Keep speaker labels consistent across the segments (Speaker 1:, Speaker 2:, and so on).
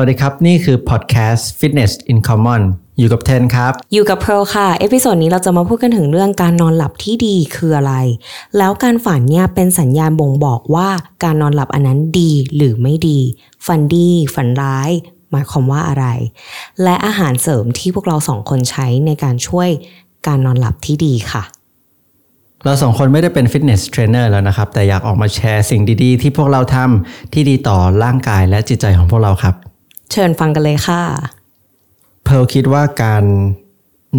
Speaker 1: วัสดีครับ นี่คือพอดแคสต์ Fitness in Common อยู่กับเทนครับ
Speaker 2: อยู่กับเพร์ลค่ะ เอพิโซดนี้เราจะมาพูดกันถึงเรื่องการนอนหลับที่ดีคืออะไร แล้วการฝันเนี่ยเป็นสัญญาณบ่งบอกว่าการนอนหลับอันนั้นดีหรือไม่ดี ฝันดี ฝันร้าย หมายความว่าอะไร และอาหารเสริมที่พวกเราสองคนใช้ในการช่วยการนอนหลับที่ดีค่ะ
Speaker 1: เราสองคนไม่ได้เป็นฟิตเนสเทรนเนอร์แล้วนะครับ แต่อยากออกมาแชร์สิ่งดีๆ ที่พวกเราทำที่ดีต่อร่างกายและจิตใจของพวกเราครับ
Speaker 2: เชิญฟังกันเลยค่ะ
Speaker 1: เพลคิดว่าการ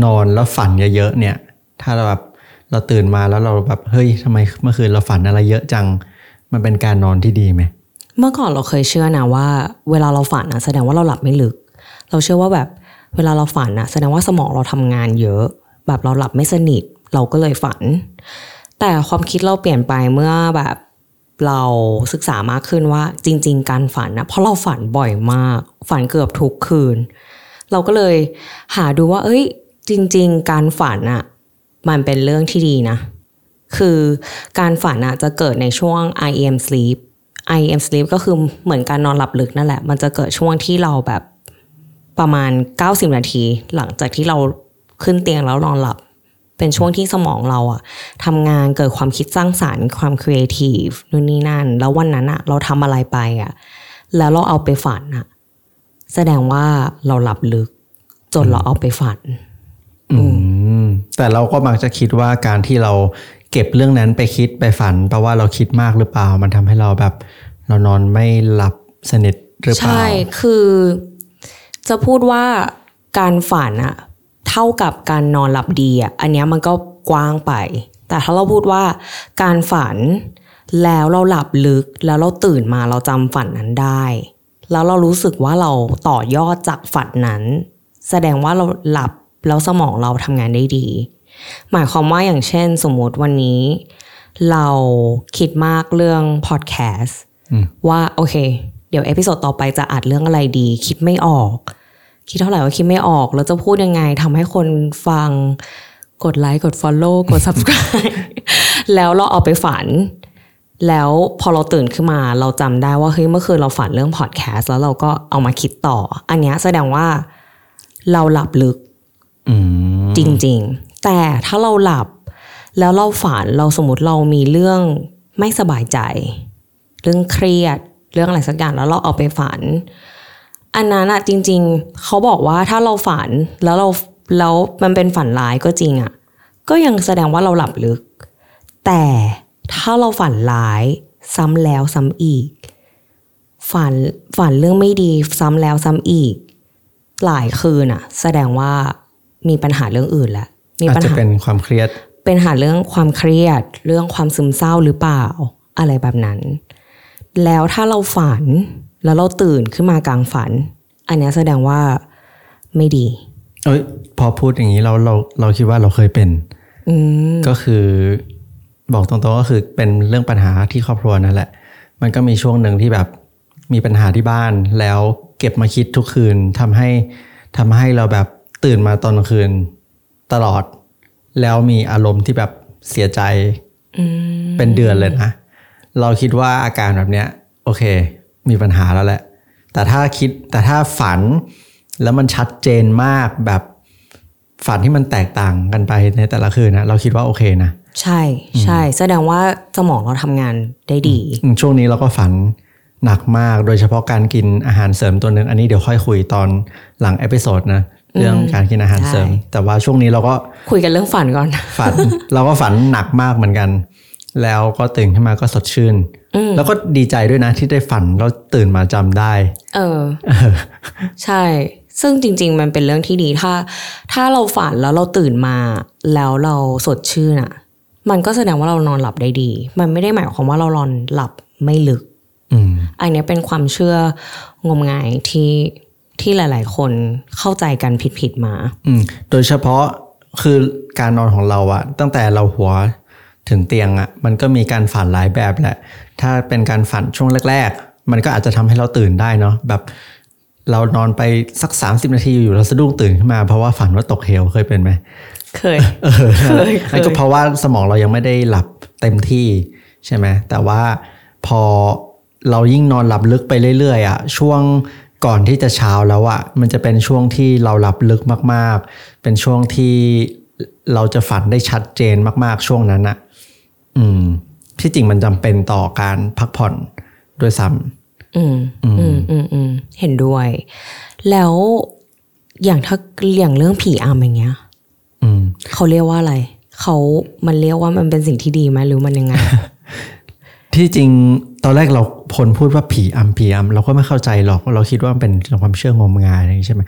Speaker 1: นอนแล้วฝันเยอะๆเนี่ย ถ้าเราแบบเราตื่นมาแล้วเราแบบเฮ้ยทำไมเมื่อคืนเราฝันอะไรเยอะจัง มันเป็นการนอนที่ดีไหม
Speaker 2: เมื่อก่อนเราเคยเชื่อนะว่า เวลาเราฝันนะแสดงว่าเราหลับไม่ลึก เราเชื่อว่าแบบเวลาเราฝันนะแสดงว่าสมองเราทำงานเยอะ แบบเราหลับไม่สนิท เราก็เลยฝัน แต่ความคิดเราเปลี่ยนไปเมื่อแบบเราศึกษามากขึ้นว่าจริง ๆ การฝันนะเพราะเราฝันบ่อยมาก ฝันเกือบทุกคืน เราก็เลยหาดูว่า เอ้ย จริง ๆ การฝันอะมันเป็นเรื่องที่ดีนะ คือการฝันอะจะเกิดในช่วง I am sleep I am sleep ก็คือเหมือนการนอนหลับลึกนั่นแหละ มันจะเกิดช่วงที่เราแบบประมาณ 90 นาที หลังจากที่เราขึ้นเตียงแล้วนอนหลับ เป็นช่วงที่สมองเราอะทำงานเกิดความคิดสร้างสารรค์ ความครีเอทีฟนู่นนี่นั่น แล้ววันนั้นอะเราทำอะไรไปอะแล้วเราเอาไปฝันอะแสดงว่าเราหลับลึก จนเราเอาไปฝัน
Speaker 1: อืมแต่เราก็มักจะคิดว่าการที่เราเก็บเรื่องนั้นไปคิดไปฝัน เพราะว่าเราคิดมากหรือเปล่า มันทำให้เราแบบ เรานอนไม่หลับสนิทหรือเปล่า
Speaker 2: ใช่ คือจะพูดว่าการฝันอะเท่ากับการนอนหลับดีอะอันเนี้ยมันก็กว้างไป แต่ถ้าเราพูดว่าการฝันแล้วเราหลับลึกแล้วเราตื่นมาเราจำฝันนั้นได้ แล้วเรารู้สึกว่าเราต่อยอดจากฝันนั้น แสดงว่าเราหลับแล้วสมองเราทำงานได้ดี หมายความว่าอย่างเช่น สมมติวันนี้ เราคิดมากเรื่องพอดแคสต์ ว่าโอเค เดี๋ยวเอพิโซดต่อไปจะอัดเรื่องอะไรดี คิดไม่ออก คิดเท่าไหร่ว่าคิดไม่ออก แล้วจะพูดยังไงทำให้คนฟังกดไลค์กด Follow กด Subscribe แล้วเราเอาไปฝัน แล้วพอเราตื่นขึ้นมา เราจำได้ว่าเฮ้ยเมื่อคืนเราฝันเรื่องพอดแคสต์แล้วเราก็เอามาคิดต่อ อันเนี้ยแสดงว่าเราหลับลึก
Speaker 1: อืม
Speaker 2: จริงๆ แต่ถ้าเราหลับแล้วเราฝันเราสมมติเรามีเรื่องไม่สบายใจ เรื่องเครียด เรื่องอะไรสักอย่างแล้วเราเอาไปฝัน อันนั้นอะจริง ๆ เขาบอกว่าถ้าเราฝันแล้วเราแล้วมันเป็นฝันร้ายก็จริงอะก็ยังแสดงว่าเราหลับลึก แต่ถ้าเราฝันร้าย ซ้ำแล้วซ้ำอีก ฝันฝันเรื่องไม่ดีซ้ำแล้วซ้ำอีก หลายคืนอะแสดงว่ามีปัญหาเรื่องอื่นแล้วมี
Speaker 1: อาจ
Speaker 2: ปัญ
Speaker 1: จะ
Speaker 2: หา
Speaker 1: เป็นความเครียด
Speaker 2: เป็นหาเรื่องความเครียด เรื่องความซึมเศร้าหรือเปล่า อะไรแบบนั้น แล้วถ้าเราฝันแล้วเราตื่นขึ้นมากลางฝัน อันเนี้ยแสดงว่าไม่ดี
Speaker 1: เอ้ยพอพูดอย่างนี้เราเราเราคิดว่าเราเคยเป็นก็คือบอกตรงๆก็คือเป็นเรื่องปัญหาที่ครอบครัวนั่นแหละ มันก็มีช่วงหนึ่งที่แบบมีปัญหาที่บ้านแล้วเก็บมาคิดทุกคืนทำให้ทำให้เราแบบตื่นมาตอนกลางคืนตลอด แล้วมีอารมณ์ที่แบบเสียใจเป็นเดือนเลยนะ เราคิดว่าอาการแบบเนี้ย โอเค มีปัญหาแล้วแหละ แต่ถ้าคิดแต่ถ้าฝันแล้วมันชัดเจนมากแบบฝันที่มันแตกต่างกันไปในแต่ละคืนนะเราคิดว่าโอเคนะ
Speaker 2: ใช่ ใช่ แสดงว่าสมองเราทำงานได้ดี
Speaker 1: อืมช่วงนี้เราก็ฝันหนักมากโดยเฉพาะการกินอาหารเสริมตัวหนึ่งอันนี้เดี๋ยวค่อยคุยตอนหลังเอพิโซดนะเรื่องการกินอาหารเสริม
Speaker 2: ใช่
Speaker 1: แต่ว่าช่วงนี้เราก็
Speaker 2: คุยกันเรื่องฝันก่อน
Speaker 1: ฝัน เราก็ฝันหนักมากเหมือนกัน แล้วก็ตื่นขึ้นมาก็สดชื่น แล้วก็ดีใจด้วยนะที่ได้ฝันแล้วตื่นมาจำได้
Speaker 2: เออ ใช่ ซึ่งจริง ๆ มันเป็นเรื่องที่ดี ถ้า ถ้าเราฝันแล้วเราตื่นมา แล้วเราสดชื่นอะมันก็แสดงว่าเรานอนหลับได้ดี มันไม่ได้หมายความว่าเรานอนหลับไม่ลึก
Speaker 1: อืม
Speaker 2: อันเนี้ยเป็นความเชื่องมงายที่ที่หลาย ๆ คนเข้าใจกันผิดๆมา
Speaker 1: อืมโดยเฉพาะคือการนอนของเราอะตั้งแต่เราหัวถึงเตียงอะมันก็มีการฝันหลายแบบแหละ ถ้าเป็นการฝันช่วงแรก ๆ มันก็อาจจะทำให้เราตื่นได้เนาะแบบเรานอนไปสัก 30 นาทีอยู่ๆเราสะดุ้งตื่นขึ้นมาเพราะว่าฝันว่าตกเหวเคยเป็นไหม
Speaker 2: เคย
Speaker 1: เออ
Speaker 2: เคยเคย
Speaker 1: นั่นก็เพราะว่าสมองเรายังไม่ได้หลับเต็มที่ใช่ไหมแต่ว่าพอเรายิ่งนอนหลับลึกไปเรื่อยๆอ่ะช่วง ก่อนที่จะเช้าแล้วอะมันจะเป็นช่วงที่เราหลับลึกมากๆ เป็นช่วงที่เราจะฝันได้ชัดเจนมากๆ ช่วงนั้นอะอืม ที่จริงมันจำเป็นต่อการพักผ่อนด้วยซ้ำ
Speaker 2: อืม อืม อืม อืม เห็นด้วย แล้วอย่างถ้าอย่างเรื่องผีอำอย่างเงี้ย
Speaker 1: อืม
Speaker 2: เขาเรียกว่าอะไร เขามันเรียกว่ามันเป็นสิ่งที่ดีไหมหรือมันยังไง
Speaker 1: ที่จริงตอนแรกเราพลพูดว่าผีอำผีอำเราก็ไม่เข้าใจหรอกเราคิดว่ามันเป็นความเชื่องมงายอะไรอย่างนี้ใช่ไหม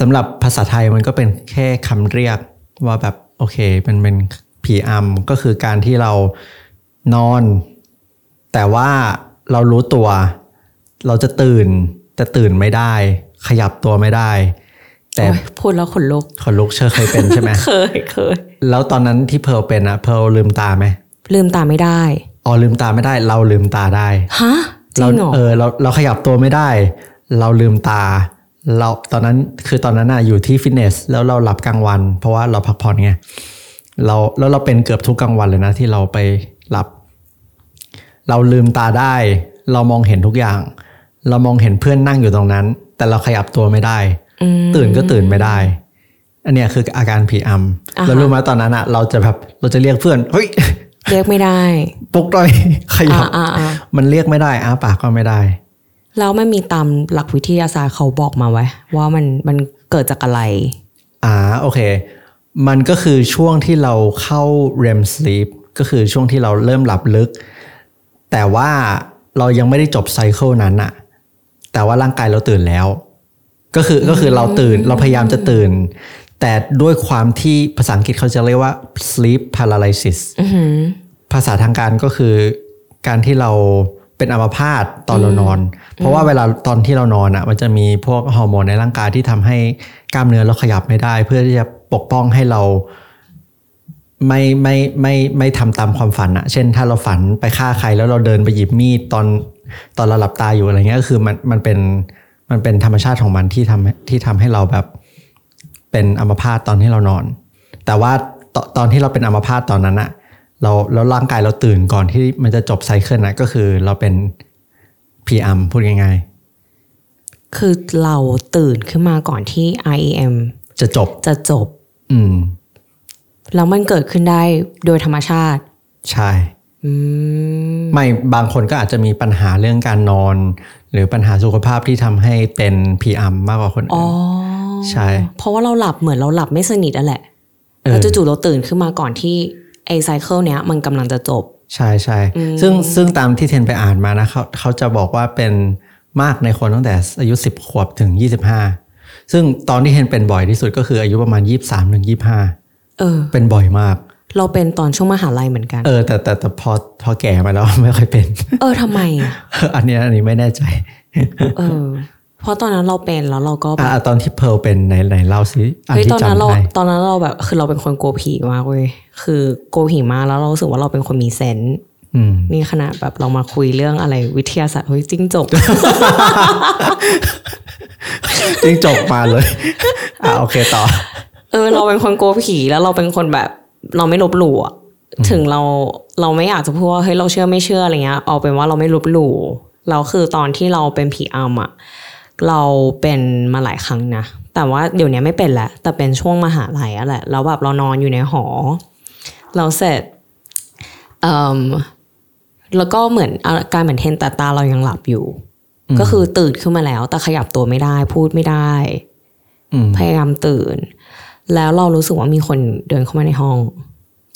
Speaker 1: สำหรับภาษาไทยมันก็เป็นแค่คำเรียกว่าแบบโอเคมันเป็นผีอำก็คือการที่เรานอน แต่ว่าเรารู้ตัว เราจะตื่นแต่ตื่นไม่ได้ ขยับตัวไม่ได้ แต่
Speaker 2: โอ๊ยพูดแล้วขนลุก
Speaker 1: ขนลุกเชื่อเคยเป็นใช่ไหม
Speaker 2: เคยเคย
Speaker 1: แล้วตอนนั้นที่เพร์ลเป็นอะเพร์ลลืมตาไหม
Speaker 2: ลืมตาไม่ได้
Speaker 1: อ๋อลืมตาไม่ได้เราลืมตาได้
Speaker 2: ฮะ จริ
Speaker 1: เรา
Speaker 2: งเหรอ
Speaker 1: เออเราเราขยับตัวไม่ได้ เราลืมตา เราตอนนั้นคือตอนนั้นน่ะอยู่ที่ฟิตเนสแล้วเราหลับกลางวัน เพราะว่าเราพักผ่อนไงเราแล้วเราเป็นเกือบทุกกลางวันเลยนะที่เราไปหลับ เราลืมตาได้ เรามองเห็นทุกอย่าง เรามองเห็นเพื่อนนั่งอยู่ตรงนั้น แต่เราขยับตัวไม่ได้
Speaker 2: อืม
Speaker 1: ตื่นก็ตื่นไม่ได้ อันเนี้ยคืออาการผีอ
Speaker 2: อ่า
Speaker 1: ำ
Speaker 2: ฮะ
Speaker 1: แล้วรู้ไหมตอนนั้นอะเราจะแบบเราจะเรียกเพื่อนเฮ้ย
Speaker 2: เรียกไม่ได้
Speaker 1: ปลุกหน่อย ขยับ
Speaker 2: อ่าอ่าอ่า
Speaker 1: มันเรียกไม่ได้อ้าปากก็ไม่ได้
Speaker 2: แล้วมันมีตามหลักวิทยาศาสตร์เขาบอกมาไว้ ว่ามันมันเกิดจากอะไร
Speaker 1: อ่าโอเค มันก็คือช่วงที่เราเข้า REM sleep ก็คือช่วงที่เราเริ่มหลับลึก แต่ว่าเรายังไม่ได้จบไซเคิลนั้นอะแต่ว่าร่างกายเราตื่นแล้ว ก็คือก็คือเราตื่นเราพยายามจะตื่น แต่ด้วยความที่ภาษาอังกฤษเขาจะเรียกว่า sleep paralysis
Speaker 2: อือหือ
Speaker 1: ภาษาทางการก็คือการที่เราเป็นอัมพาตตอนเรานอน เพราะว่าเวลาตอนที่เรานอนอะ่ะ มันจะมีพวกฮอร์โมนในร่างกายที่ทำให้กล้ามเนื้อเราขยับไม่ได้ เพื่อที่จะปกป้องให้เราไม่ไม่ไม่ไม่ไม่ทำตามความฝันอะเช่นถ้าเราฝันไปฆ่าใครแล้วเราเดินไปหยิบมีดตอนตอนเราหลับตาอยู่อะไรเงี้ยก็คือมันมันเป็นมันเป็นธรรมชาติของมันที่ทำที่ทำให้เราแบบ เป็นอัมพาตตอนที่เรานอน แต่ว่าตตอนที่เราเป็นอัมพาตตอนนั้นอะเราแล้วร่างกายเราตื่นก่อนที่มันจะจบไซเคิลนะก็คือเราเป็นพีอัมพูดง่าย
Speaker 2: คือเราตื่นขึ้นมาก่อนที่ IEM
Speaker 1: ๆ จะจบ
Speaker 2: จะจบ
Speaker 1: อืม
Speaker 2: แล้วมันเกิดขึ้นได้โดยธรรมชาติ
Speaker 1: ใช่
Speaker 2: อืม
Speaker 1: ไม่บางคนก็อาจจะมีปัญหาเรื่องการนอน หรือปัญหาสุขภาพที่ทำให้เป็นพีอัมมากกว่าคน
Speaker 2: อ๋
Speaker 1: อื่
Speaker 2: อ
Speaker 1: น ใช่
Speaker 2: เพราะว่าเราหลับเหมือนเราหลับไม่สนิทอะแหละ
Speaker 1: เออ
Speaker 2: แล้วจู่ๆเราตื่นขึ้นมาก่อนที่ไอไซเคิลเนี้ยมันกำลังจะจบ
Speaker 1: ใช่ใช่ซึ่งซึ่งตามที่เทนไปอ่านมานะเขาเขาจะบอกว่าเป็นมากในคนตั้งแต่อายุ 10 ขวบถึง 25 ซึ่งตอนที่เทนเป็นบ่อยที่สุดก็คืออายุประมาณ 23ถึง25
Speaker 2: เออ
Speaker 1: เป็นบ่อยมาก
Speaker 2: เราเป็นตอนช่วงมหาลัยเหมือนกัน
Speaker 1: เออ แต่แต่แต่พอพอแก่มาแล้ว ไม่ค่อยเป็น
Speaker 2: เออทำไมอะ
Speaker 1: อันเนี้ยอันนี้ไม่แน่ใจ
Speaker 2: เออ เพราะตอนนั้นเราเป็นแล้วเราก็แบ
Speaker 1: อ่ะ
Speaker 2: บ
Speaker 1: อ่ะตอนที่เพร์ลเป็นไหนไหนเล่าสิอัน
Speaker 2: เฮ้ย
Speaker 1: ที่
Speaker 2: ตอนนั้น
Speaker 1: จำ
Speaker 2: เรา
Speaker 1: ได้
Speaker 2: ตอนนั้นเราแบบคือเราเป็นคนกลัวผีมากเว้ยคือกลัวผีมากแล้วเรารู้สึกว่าเราเป็นคนมีเซนส์
Speaker 1: อืม
Speaker 2: นี่ขนาดแบบเรามาคุยเรื่องอะไรวิทยาศาสตร์เฮ้ยจิ้งจก
Speaker 1: จริงจบมาเลย อ่ะโอเคต่อ
Speaker 2: เออเราเป็นคนกลัวผีแล้วเราเป็นคนแบบเราไม่ลบหลู่อะถึงเราเราไม่อยากจะพูดว่าเฮ้ยเราเชื่อไม่เชื่ออะไรเงี้ยเอาเป็นว่าเราไม่ลบหลู่เราคือตอนที่เราเป็นผีอำอะเราเป็นมาหลายครั้งนะแต่ว่าเดี๋ยวนี้ไม่เป็นแล้วแต่เป็นช่วงมหาลัยอะแหละแล้วแบบเรานอนอยู่ในหอ เราเสร็จเอ่มแล้วก็เหมือนอาการเหมือนเทนแต่ตาเรายังหลับอยู่ ก็คือตื่นขึ้นมาแล้ว แต่ขยับตัวไม่ได้พูดไม่ได้
Speaker 1: อืม
Speaker 2: พยายามตื่น แล้วเรารู้สึกว่ามีคนเดินเข้ามาในห้อง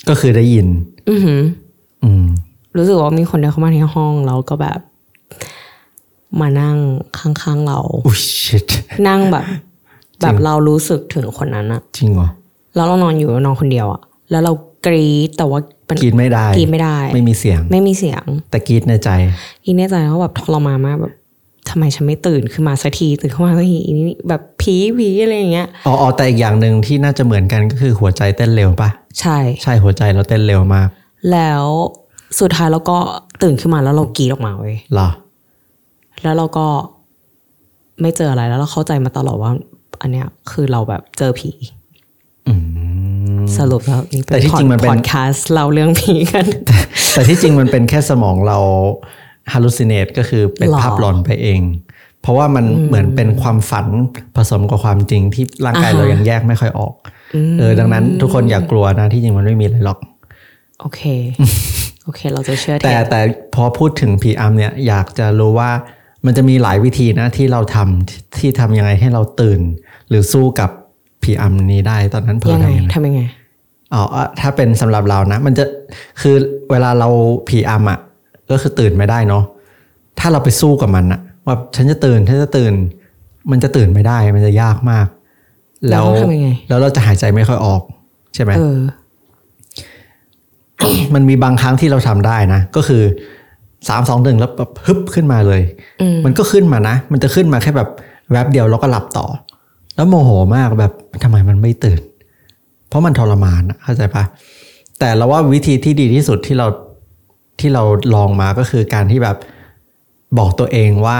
Speaker 1: ก็คือได้ยิน
Speaker 2: อือหือ
Speaker 1: อืม
Speaker 2: รู้สึกว่ามีคนเดินเข้ามาในห้องแล้วก็แบบ มานั่งข้างๆเรา
Speaker 1: อุ๊ย shit
Speaker 2: นั่งแบบ แบบเรารู้สึกถึงคนนั้นอะ
Speaker 1: จริงเหรอ
Speaker 2: แล้วเรานอนอยู่เรานอนคนเดียวอะแล้วเรากรีดแต่ว่าเป็น
Speaker 1: กรีดไม่ได้
Speaker 2: กรีดไม่ได้
Speaker 1: ไม่มีเสียง
Speaker 2: ไม่มีเสียง
Speaker 1: แต่กรีดในใจ
Speaker 2: อีแน่ใจว่าแบบทรมานมากแบบทำไมฉันไม่ตื่นขึ้นมาสักทีตื่นขึ้นมาสักทีอีนี่แบบผีผีอะไรอย่างเงี้ย
Speaker 1: อ๋ออ๋อแต่อีกอย่างหนึ่งที่น่าจะเหมือนกันก็คือหัวใจเต้นเร็วปะ
Speaker 2: ใช่
Speaker 1: ใช่หัวใจเราเต้นเร็วมาก
Speaker 2: แล้วสุดท้ายเราก็ตื่นขึ้นมาแล้วเรากรีดออกมาเว้ย
Speaker 1: เหรอ
Speaker 2: แล้วเราก็ไม่เจออะไรแล้วเราเข้าใจมาตลอดว่า อันเนี้ยคือเราแบบเจอผีสรุปแล้วนี่เป็
Speaker 1: แต่
Speaker 2: น
Speaker 1: ที่จริงมันเป็น
Speaker 2: พอดแคสต์เล่าเรื่องผีกัน
Speaker 1: แต่ที่จริงมันเป็นแค่สมองเรา hallucinate ก็คือเป็น
Speaker 2: หรอ
Speaker 1: ภาพหลอนไปเอง พ ราะว่ามันเหมือนเป็นความฝันผสมกับความจริงที่ร่างกาย
Speaker 2: อ่าฮะ
Speaker 1: เรายังแยกไม่ค่อยออกเออดังนั้นทุกคนอย่ากลัวนะที่จริงมันไม่มีอะไรหรอก
Speaker 2: โอเค โอเค เราจะเชื่อเท
Speaker 1: แต่
Speaker 2: ป
Speaker 1: แต่พอพูดถึงผีอำเนี่ยอยากจะรู้ว่ามันจะมีหลายวิธีนะที่เราทำที่ที่ทำยังไงให้เราตื่น หรือสู้กับผีอำนี้ได้ตอนนั้นเพิ่
Speaker 2: ยัง
Speaker 1: ทำ
Speaker 2: ไง
Speaker 1: ยังไง
Speaker 2: ทำยังไง
Speaker 1: อ๋ออ่ะถ้าเป็นสำหรับเรานะ มันจะคือเวลาเราผีอำอ่ะก็คือตื่นไม่ได้เนาะถ้าเราไปสู้กับมันอะว่าฉันจะตื่นฉันจะตื่น มันจะตื่นไม่ได้มันจะยากมาก แล้ว
Speaker 2: แล้วต้องทำยังไง
Speaker 1: แล้วเราจะหายใจไม่ค่อยออก ใช่ไหม
Speaker 2: เออ
Speaker 1: มันมีบางครั้งที่เราทำได้นะ ก็คือสามสองหนึ่งแล้วแบบฮึบขึ้นมาเลย มันก็ขึ้นมานะ มันจะขึ้นมาแค่แบบแวบเดียวแล้วก็หลับต่อ แล้วโมโหมากแบบทำไมมันไม่ตื่น เพราะมันทรมานอะเข้าใจปะแต่เราว่าวิธีที่ดีที่สุดที่เราที่เราลองมาก็คือการที่แบบบอกตัวเองว่า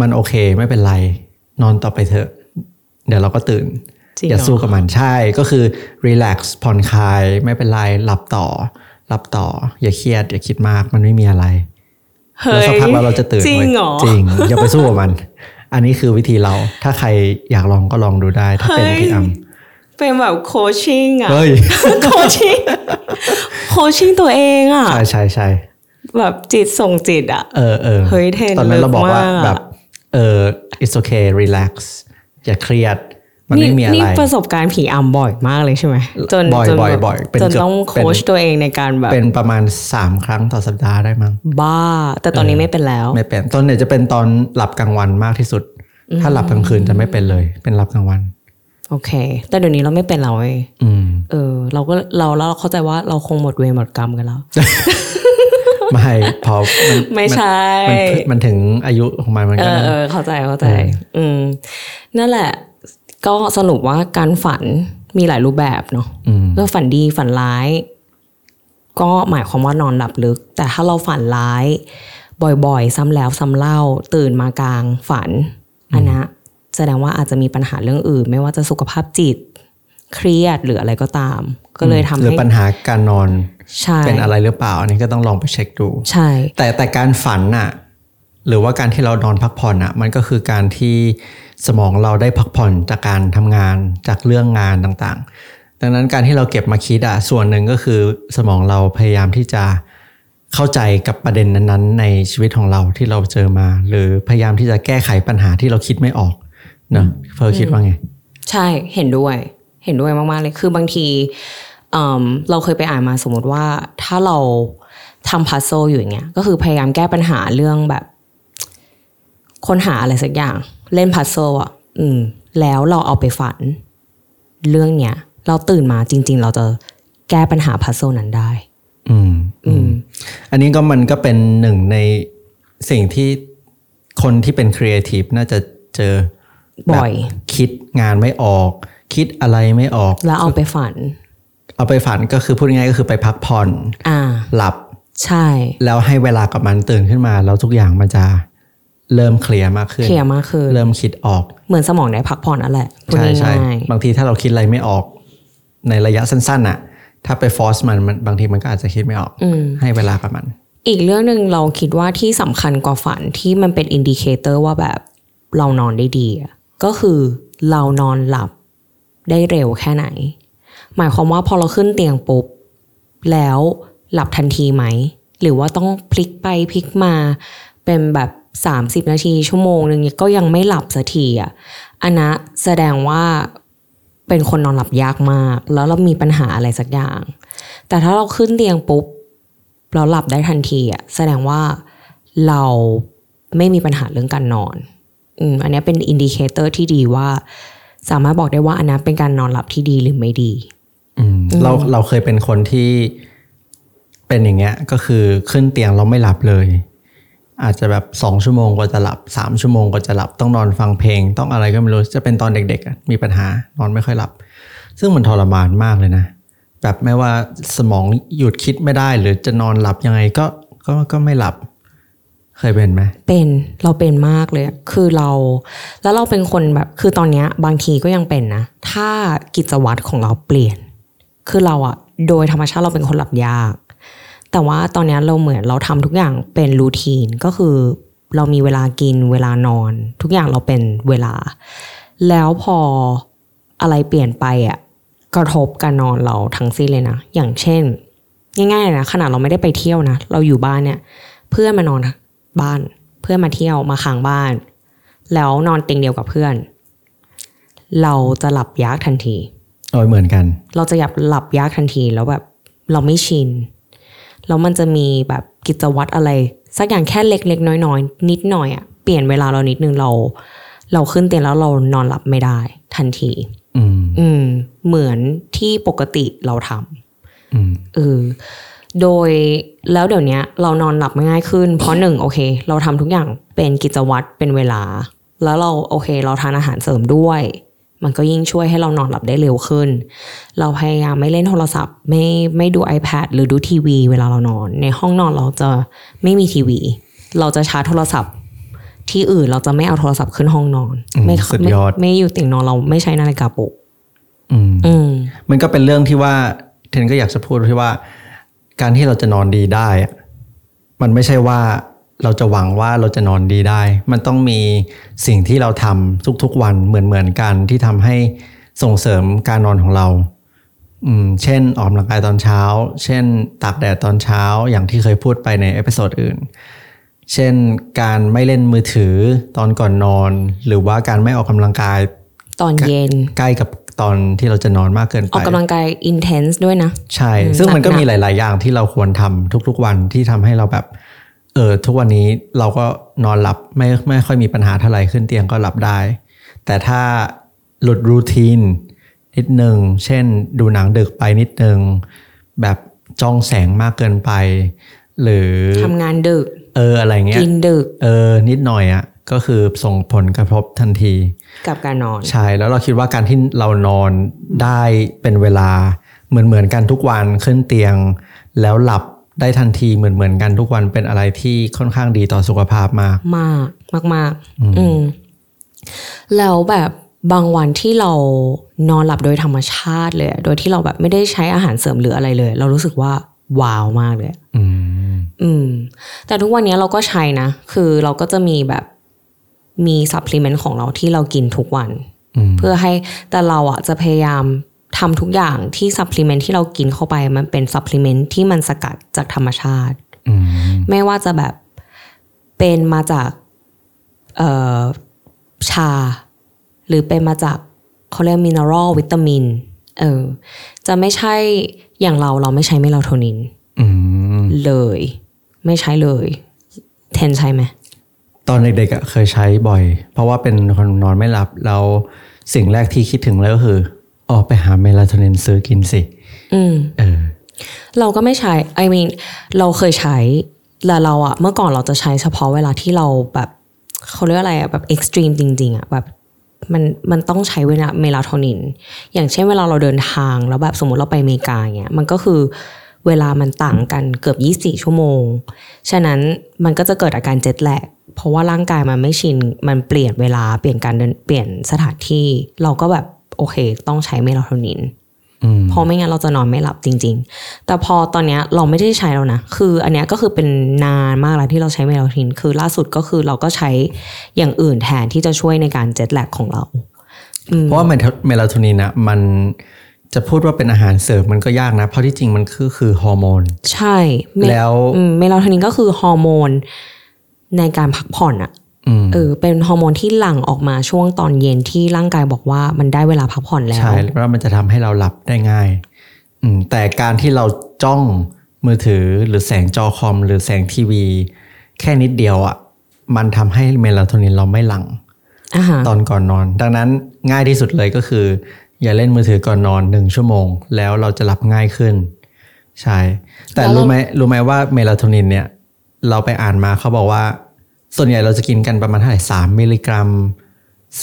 Speaker 1: มันโอเคไม่เป็นไร นอนต่อไปเถอะ เดี๋ยวเราก็ตื่น
Speaker 2: จริง
Speaker 1: อย่า
Speaker 2: เหรอ
Speaker 1: สู้กับมันใช่ก็คือ relax ผ่อนคลายไม่เป็นไรหลับต่อหลับต่อ อย่าเครียด อย่าคิดมากมันไม่มีอะไร
Speaker 2: เฮ้
Speaker 1: แล้ว
Speaker 2: ย
Speaker 1: สักพักแล้วเราจะตื่น
Speaker 2: จริง
Speaker 1: ว้ย
Speaker 2: เหรอ
Speaker 1: จริง อย่าไปสู้กับมัน อันนี้คือวิธีเรา ถ้าใครอยากลองก็ลองดูได้ ถ้าเป็น
Speaker 2: เฮ้ย
Speaker 1: พี่อำ
Speaker 2: เป็นแบบโคชชิ่งอ่ะ
Speaker 1: เฮ้ย
Speaker 2: โคช ชิ่งโคชชิ่งตัวเองอ่ะ
Speaker 1: ใช่ใช่ใช่
Speaker 2: แบบจิตส่งจิตอ่ะ
Speaker 1: เออเออ
Speaker 2: เฮ้ยเทรน
Speaker 1: ตอนนั้นเราบอกว่า
Speaker 2: เลิศมาก
Speaker 1: แบบ เออ it's okay relax อย่าเครียด มันไม่มีอะไร
Speaker 2: นี่ประสบการณ์ผีอำบ่อยมากเลยใช่ไหมจน
Speaker 1: บ่อย
Speaker 2: จน
Speaker 1: บ่อย
Speaker 2: แบบ
Speaker 1: บ่อยเป็น
Speaker 2: จน
Speaker 1: เกือบ
Speaker 2: ต้องโค้ช
Speaker 1: เป็น
Speaker 2: ตัวเองในการแบบ
Speaker 1: เป็นประมาณ 3 ครั้งต่อสัปดาห์ได้มั้ง
Speaker 2: บ้า แต่ตอนนี้ไม่เป็นแล้ว
Speaker 1: ไม่เป็นตอนเนี่ยจะเป็นตอนหลับกลางวันมากที่สุด ถ้าหลับกลางคืนจะไม่เป็นเลย เป็นหลับกลางวัน
Speaker 2: โอเค แต่เดี๋ยวนี้เราไม่เป็นแล้วเว้ย
Speaker 1: อืม
Speaker 2: เออ เราก็เราแล้วเราเข้าใจว่าเราคงหมดเวรหมดกรรมกันแล้ว
Speaker 1: ไม่พอมัน
Speaker 2: ไม่ใช่
Speaker 1: มันมันถึงอายุของมันมัน
Speaker 2: เอ
Speaker 1: ก็
Speaker 2: อเออเข้าใจเข้าใจ
Speaker 1: เออ
Speaker 2: อืม นั่นแหละ ก็สรุปว่าการฝันมีหลายรูปแบบเนาะ
Speaker 1: ม
Speaker 2: ก็ฝันดีฝันร้าย ก็หมายความว่านอนหลับลึก แต่ถ้าเราฝันร้าย บ่อยๆ ซ้ำแล้วซ้ำเล่า ตื่นมากลางฝันอันนะแสดงว่าอาจจะมีปัญหาเรื่องอื่น ไม่ว่าจะสุขภาพจิต เครียดหรืออะไรก็ตาม ก็เลยทำ
Speaker 1: หรือ
Speaker 2: ให้
Speaker 1: ปัญหาการนอน
Speaker 2: ใช่
Speaker 1: เป็นอะไรหรือเปล่า อันนี้ก็ต้องลองไปเช็คดู
Speaker 2: ใช่
Speaker 1: แต่แต่การฝันน่ะ หรือว่าการที่เรานอนพักผ่อนน่ะ มันก็คือการที่สมองเราได้พักผ่อนจากการทำงานจากเรื่องงานต่างๆ ดังนั้นการที่เราเก็บมาคิดอ่ะส่วนหนึ่งก็คือสมองเราพยายามที่จะเข้าใจกับประเด็นนั้นๆ ในชีวิตของเราที่เราเจอมา หรือพยายามที่จะแก้ไขปัญหาที่เราคิดไม่ออกเนอะเฟอร์คิดว่าไง
Speaker 2: ใช่เห็นด้วยเห็นด้วยมาก ๆ เลย คือบางทีเอิ่มเราเคยไปอ่านมาสมมติว่าถ้าเราทำพัซโซลอยู่อย่างเงี้ยก็คือพยายามแก้ปัญหาเรื่องแบบ ค้นหาอะไรสักอย่าง เล่นพัซโซลอ่ะ อืม แล้วเราเอาไปฝัน เรื่องเนี้ย เราตื่นมาจริง ๆ เราจะแก้ปัญหาพัซโซลนั้นได้
Speaker 1: อืม
Speaker 2: อืม
Speaker 1: อันนี้ก็มันก็เป็นหนึ่งในสิ่งที่คนที่เป็นครีเอทีฟน่าจะเจอ
Speaker 2: บ่อย
Speaker 1: แคิดงานไม่ออก คิดอะไรไม่ออก
Speaker 2: แล้วเอาไปฝัน
Speaker 1: เอาไปฝันก็คือพูดง่ายๆก็คือไปพักผ่อน
Speaker 2: อ่า
Speaker 1: หลับ
Speaker 2: ใช่
Speaker 1: แล้วให้เวลากับมันตื่นขึ้นมา แล้วทุกอย่างมันจะเริ่มเคลียร์มากขึ้น
Speaker 2: เคลียร์มากขึ้น
Speaker 1: เริ่มคิดออก
Speaker 2: เหมือนสมองได้พักผ่อนนั่นแหละพูด
Speaker 1: ใช่ใช่
Speaker 2: ง่าย
Speaker 1: บางทีถ้าเราคิดอะไรไม่ออก ในระยะสั้นๆน่ะ ถ้าไปฟอร์สมันมันบางทีมันก็อาจจะคิดไม่ออก
Speaker 2: ๆอืม
Speaker 1: ให้เวลากับมัน
Speaker 2: อีกเรื่องหนึ่งเราคิดว่าที่สำคัญกว่าฝันที่มันเป็นอินดิเคเตอร์ว่าแบบเรานอนได้ดีอะก็คือเรานอนหลับได้เร็วแค่ไหน หมายความว่าพอเราขึ้นเตียงปุ๊บ แล้วหลับทันทีไหม หรือว่าต้องพลิกไปพลิกมา เป็นแบบ 30 นาทีชั่วโมงหนึ่งก็ยังไม่หลับสักทีอ่ะอันนะแสดงว่าเป็นคนนอนหลับยากมาก แล้วเรามีปัญหาอะไรสักอย่าง แต่ถ้าเราขึ้นเตียงปุ๊บ เราหลับได้ทันทีอ่ะแสดงว่าเราไม่มีปัญหาเรื่องการนอนอืมอันเนี้ยเป็นอินดิเคเตอร์ที่ดีว่า สามารถบอกได้ว่าอันนั้นเป็นการนอนหลับที่ดีหรือไม่ดี
Speaker 1: อืมเราเราเคยเป็นคนที่เป็นอย่างเงี้ย ก็คือขึ้นเตียงเราไม่หลับเลย อาจจะแบบสองชั่วโมงกว่าจะหลับสามชั่วโมงกว่าจะหลับต้องนอนฟังเพลง ต้องอะไรก็ไม่รู้จะเป็นตอนเด็กๆอะมีปัญหานอนไม่ค่อยหลับ ซึ่งมันทรมานมากเลยนะ แบบไม่ว่าสมองหยุดคิดไม่ได้ หรือจะนอนหลับยังไงก็ก็ก็ไม่หลับ เคยเป็นไหม
Speaker 2: เป็นเราเป็นมากเลยอะคือเรา แล้วเราเป็นคนแบบ คือตอนเนี้ยบางทีก็ยังเป็นนะ ถ้ากิจวัตรของเราเปลี่ยน คือเราอะโดยธรรมชาติเราเป็นคนหลับยาก แต่ว่าตอนเนี้ยเราเหมือนเราทำทุกอย่างเป็นรูทีนก็คือ เรามีเวลากินเวลานอน ทุกอย่างเราเป็นเวลา แล้วพออะไรเปลี่ยนไปอะ่ะกระทบการนอนเราทั้งสิ้นเลยนะ อย่างเช่น ง่ายๆเลยนะขนาดเราไม่ได้ไปเที่ยวนะ เราอยู่บ้านเนี่ย เพื่อนมานอนบ้าน เพื่อนมาเที่ยวมาค้างบ้าน แล้วนอนเตียงเดียวกับเพื่อน เราจะหลับยากทันที
Speaker 1: โดยเหมือนกัน
Speaker 2: เราจะหยับหลับยากทันทีแล้วแบบเราไม่ชินแล้วมันจะมีแบบกิจวัตรอะไร สักอย่างแค่เล็กๆน้อยๆนิดหน่อยอะเปลี่ยนเวลาเรานิดนึงเรา เราขึ้นเตียงแล้วเรานอนหลับไม่ได้ทันที
Speaker 1: อืม
Speaker 2: อืม เหมือนที่ปกติเราท
Speaker 1: อืม
Speaker 2: ำเออโดยแล้วเดี๋ยวเนี้ย เรานอนหลับง่ายขึ้น เพราะหนึ่งโอเค เราทำทุกอย่างเป็นกิจวัตรเป็นเวลา แล้วเราโอเค เราทานอาหารเสริมด้วย มันก็ยิ่งช่วยให้เรานอนหลับได้เร็วขึ้น เราพยายามไม่เล่นโทรศัพท์ ไม่ไม่ดู iPad หรือดูทีวี เวลาเรานอน ในห้องนอนเราจะไม่มีทีวี เราจะชาร์จโทรศัพท์ ที่อื่นเราจะไม่เอาโทรศัพท์ขึ้นห้องนอน
Speaker 1: อืม
Speaker 2: ไม่
Speaker 1: สุด
Speaker 2: ไม่
Speaker 1: ยอด
Speaker 2: ไม่อยู่เตียงนอนเราไม่ใช้นาฬิกาปลุก
Speaker 1: อืม
Speaker 2: อืม
Speaker 1: มันก็เป็นเรื่องที่ว่าเทนก็อยากจะพูดที่ว่า การที่เราจะนอนดีได้อะมันไม่ใช่ว่าเราจะหวังว่าเราจะนอนดีได้ มันต้องมีสิ่งที่เราทำทุกๆวันเหมือนเหมือนๆกันที่ทำให้ส่งเสริมการนอนของเรา อืมเช่นออกกำลังกายตอนเช้า เช่นตากแดดตอนเช้าอย่างที่เคยพูดไปในเอพิโซดอื่น เช่นการไม่เล่นมือถือตอนก่อนนอน หรือว่าการไม่ออกกำลังกาย
Speaker 2: ตอนเย็น
Speaker 1: ใกล้กับตอนที่เราจะนอนมากเกินไป
Speaker 2: ออกกำลังกาย intense ด้วยนะ
Speaker 1: ใช่ ซึ่งมันก็
Speaker 2: หนักๆ
Speaker 1: มีหลาย ๆ อย่างที่เราควรทำทุก ๆ วันที่ทำให้เราแบบ เออ ทุกวันนี้เราก็นอนหลับไม่ไม่ค่อยมีปัญหาเท่าไหร่ขึ้นเตียงก็หลับได้ แต่ถ้าหลุดรูทีนนิดนึง เช่น ดูหนังดึกไปนิดนึง แบบจ้องแสงมากเกินไป หรือ
Speaker 2: ทำงานดึก
Speaker 1: เอออะไรเงี้ย
Speaker 2: กินดึก
Speaker 1: เออ นิดหน่อยอะ่ะ ก็คือส่งผลกระทบทันที
Speaker 2: กับการนอน
Speaker 1: ใช่แล้วเราคิดว่าการที่เรานอนได้เป็นเวลาเหมือนเหมือนๆกันทุกวันขึ้นเตียง แล้วหลับได้ทันทีเหมือนเหมือนๆกันทุกวันเป็นอะไรที่ค่อนข้างดีต่อสุขภาพมาก
Speaker 2: มากมากมากๆอืมแล้วแบบบางวันที่เรานอนหลับโดยธรรมชาติเลยอะโดยที่เราแบบไม่ได้ใช้อาหารเสริมหรืออะไรเลย เรารู้สึกว่าว้าวมากเลยอะ
Speaker 1: อืม
Speaker 2: อืม แต่ทุกวันนี้เราก็ใช้นะ คือเราก็จะมีแบบมีซัพพลีเมนต์ของเราที่เรากินทุกวัน
Speaker 1: อืม
Speaker 2: เพื่อให้แต่เราอ่ะจะพยายามทำทุกอย่างที่ซัพพลีเมนต์ที่เรากินเข้าไป มันเป็นซัพพลีเมนต์ที่มันสกัดจากธรรมชาติ
Speaker 1: อืม
Speaker 2: ไม่ว่าจะแบบเป็นมาจากเอ่อชา หรือเป็นมาจากเขาเรียกมินเนอรัลวิตามินเออจะไม่ใช่อย่างเราเราไม่ใช้เมลาโทนิน
Speaker 1: อืม
Speaker 2: เลย ไม่ใช้เลย เทนใช่ไหม
Speaker 1: ตอนเด็กๆอะเคยใช้บ่อย เพราะว่าเป็นคนนอนไม่หลับเราสิ่งแรกที่คิดถึงเลยก็คือออกไปหาเมลาโทนินซื้อกินสิ
Speaker 2: อืม
Speaker 1: เออ
Speaker 2: เราก็ไม่ใช้ I mean เราเคยใช้แต่เราอะเมื่อก่อนเราจะใช้เฉพาะเวลาที่เราแบบเขาเรียกอะไรอะแบบเอ็กซ์ตรีมจริง ๆอะแบบมันมันต้องใช้เวลาเมลาโทนิน อย่างเช่นเวลาเราเดินทางแล้วแบบสมมติเราไปอเมริกาอย่างเงี้ยมันก็คือเวลามันต่างกันเกือบ 24 ชั่วโมง ฉะนั้นมันก็จะเกิดอาการเจ็ตแลกเพราะว่าร่างกายมันไม่ชินมันเปลี่ยนเวลาเปลี่ยนการเดินเปลี่ยนสถานที่ เราก็แบบโอเค ต้องใช้เมลาโทนิน
Speaker 1: อืม
Speaker 2: เพราะไม่งั้นเราจะนอนไม่หลับจริง ๆ แต่พอตอนเนี้ยเราไม่ได้ใช้แล้วนะ คืออันเนี้ยก็คือเป็นนานมากแล้วที่เราใช้เมลาโทนิน คือล่าสุดก็คือเราก็ใช้อย่างอื่นแทนที่จะช่วยในการเจ็ตแลกของเรา
Speaker 1: เพราะว่าเมลาโทนินอะมันจะพูดว่าเป็นอาหารเสริมมันก็ยากนะ เพราะที่จริงมันคือคือฮอร์โมน
Speaker 2: ใช่เม
Speaker 1: แล้ว
Speaker 2: อืมเมลาโทนินก็คือฮอร์โมนในการพักผ่อนอะ
Speaker 1: อืม
Speaker 2: เออเป็นฮอร์โมนที่หลั่งออกมาช่วงตอนเย็นที่ร่างกายบอกว่ามันได้เวลาพักผ่อนแล้ว
Speaker 1: ใช่แล้วมันจะทำให้เราหลับได้ง่ายอืมแต่การที่เราจ้องมือถือหรือแสงจอคอม หรือแสงทีวี แค่นิดเดียวอะ่ะ มันทำให้เมลาโทนินเราไม่หลัง่ง
Speaker 2: อาหาร
Speaker 1: ตอนก่อนนอน ดังนั้นง่ายที่สุดเลยก็คือ อย่าเล่นมือถือก่อนนอนหนึ่งชั่วโมง แล้วเราจะหลับง่ายขึ้น ใช่ แต่รู้ไหมรู้ไหมว่าเมลาโทนินเนี่ย เราไปอ่านมาเขาบอกว่า ส่วนใหญ่เราจะกินกันประมาณเท่าไหร่สามมิลลิกรัม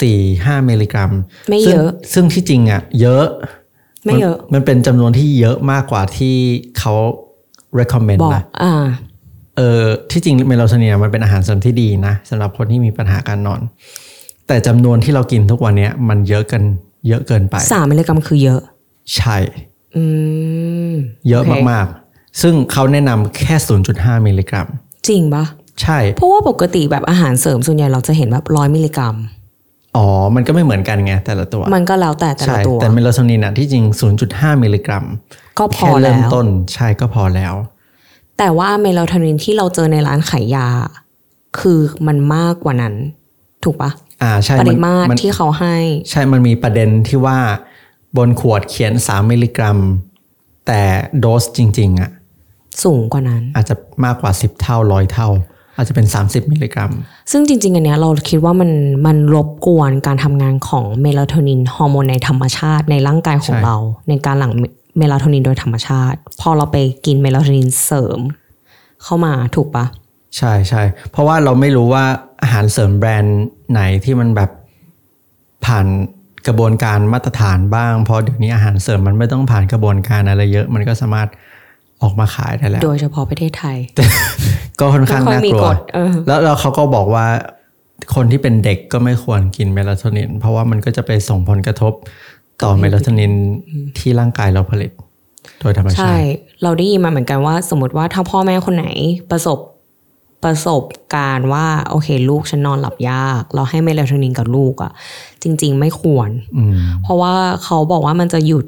Speaker 1: สี่ห้ามิลลิกรัม
Speaker 2: ไม่เยอะ
Speaker 1: ซึ่งซึ่งที่จริงอ่ะเยอะ
Speaker 2: ไม่เยอะ
Speaker 1: นมันเป็นจำนวนที่เยอะมากกว่าที่เขา recommend
Speaker 2: บอก
Speaker 1: นะ
Speaker 2: อ่า
Speaker 1: เออที่จริงเมลาโทนินมันเป็นอาหารเสริมที่ดีนะสำหรับคนที่มีปัญหาการนอน แต่จำนวนที่เรากินทุกวันเนี้ยมันเยอะเกันเยอะเกินไป
Speaker 2: สามมิลลิกรัมคือเยอะ
Speaker 1: ใช่
Speaker 2: อืม
Speaker 1: เยอะมากๆ ซึ่งเขาแนะนำแค่ 0.5 มิลลิกรัม
Speaker 2: จริงปะ
Speaker 1: ใช่
Speaker 2: เพราะว่าปกติแบบอาหารเสริมส่วนใหญ่เราจะเห็นแบบร้อยมิลลิกรัม
Speaker 1: อ๋อ มันก็ไม่เหมือนกันไงแต่ละตัว
Speaker 2: มันก็แล้วแต่แต่ละ
Speaker 1: ใช่
Speaker 2: ตัว
Speaker 1: แต่เมโลโทนินอ่ะที่จริง 0.5 มิลลิกรัม
Speaker 2: ก็พอ
Speaker 1: แค่
Speaker 2: แล้
Speaker 1: เริ่ม
Speaker 2: ว
Speaker 1: ต้นใช่ก็พอแล้ว
Speaker 2: แต่ว่าเมโลโทนินที่เราเจอในร้านขายยา คือมันมากกว่านั้น ถูกปะ
Speaker 1: อ่าใช่
Speaker 2: ป
Speaker 1: น
Speaker 2: ริมาตร
Speaker 1: น
Speaker 2: ที่เขาให้
Speaker 1: ใช่มันมีประเด็นที่ว่าบนขวดเขียน 3 มิลลิกรัม แต่โดสจริง ๆอ่ะ
Speaker 2: สูงกว่านั้น
Speaker 1: อาจจะมากกว่า 10 เท่าร้อยเท่า อาจจะเป็น 30 มิลลิกรัม
Speaker 2: ซึ่งจริงๆ อันเนี้ยเราคิดว่ามันมันรบกวนการทำงานของเมลาโทนินฮอร์โมนในธรรมชาติในร่างกายของ
Speaker 1: ใช่
Speaker 2: เรา ในการหลั่งเมลาโทนินโดยธรรมชาติ พอเราไปกินเมลาโทนินเสริม เข้ามาถูกปะ
Speaker 1: ใช่ใช่เพราะว่าเราไม่รู้ว่าอาหารเสริมแบรนด์ไหนที่มันแบบผ่านกระบวนการมาตรฐานบ้าง เพราะเดี๋ยวนี้อาหารเสริมมันไม่ต้องผ่านกระบวนการอะไรเยอะ มันก็สามารถออกมาขายได้แล้ว
Speaker 2: โดยเฉพาะประเทศไทย
Speaker 1: ก็ค่อนข้าง
Speaker 2: ไม่ค่อย
Speaker 1: น่า
Speaker 2: มี
Speaker 1: กลัว
Speaker 2: กฎเออ
Speaker 1: แล้วแล้วเขาก็บอกว่าคนที่เป็นเด็กก็ไม่ควรกินเมลาโทนิน เพราะว่ามันก็จะไปส่งผลกระทบต่อเมลาโทนินที่ร่างกายเราผลิต โดยธรรมชา
Speaker 2: ใช่
Speaker 1: ติ
Speaker 2: เราได้ยินมาเหมือนกันว่า สมมติว่าถ้าพ่อแม่คนไหนประสบประสบการณ์ว่า โอเค ลูกฉันนอนหลับยาก เราให้เมลาโทนินกับลูกอะ่ะ จริง ๆ ไม่ควร
Speaker 1: อืม
Speaker 2: เพราะว่าเขาบอกว่ามันจะหยุด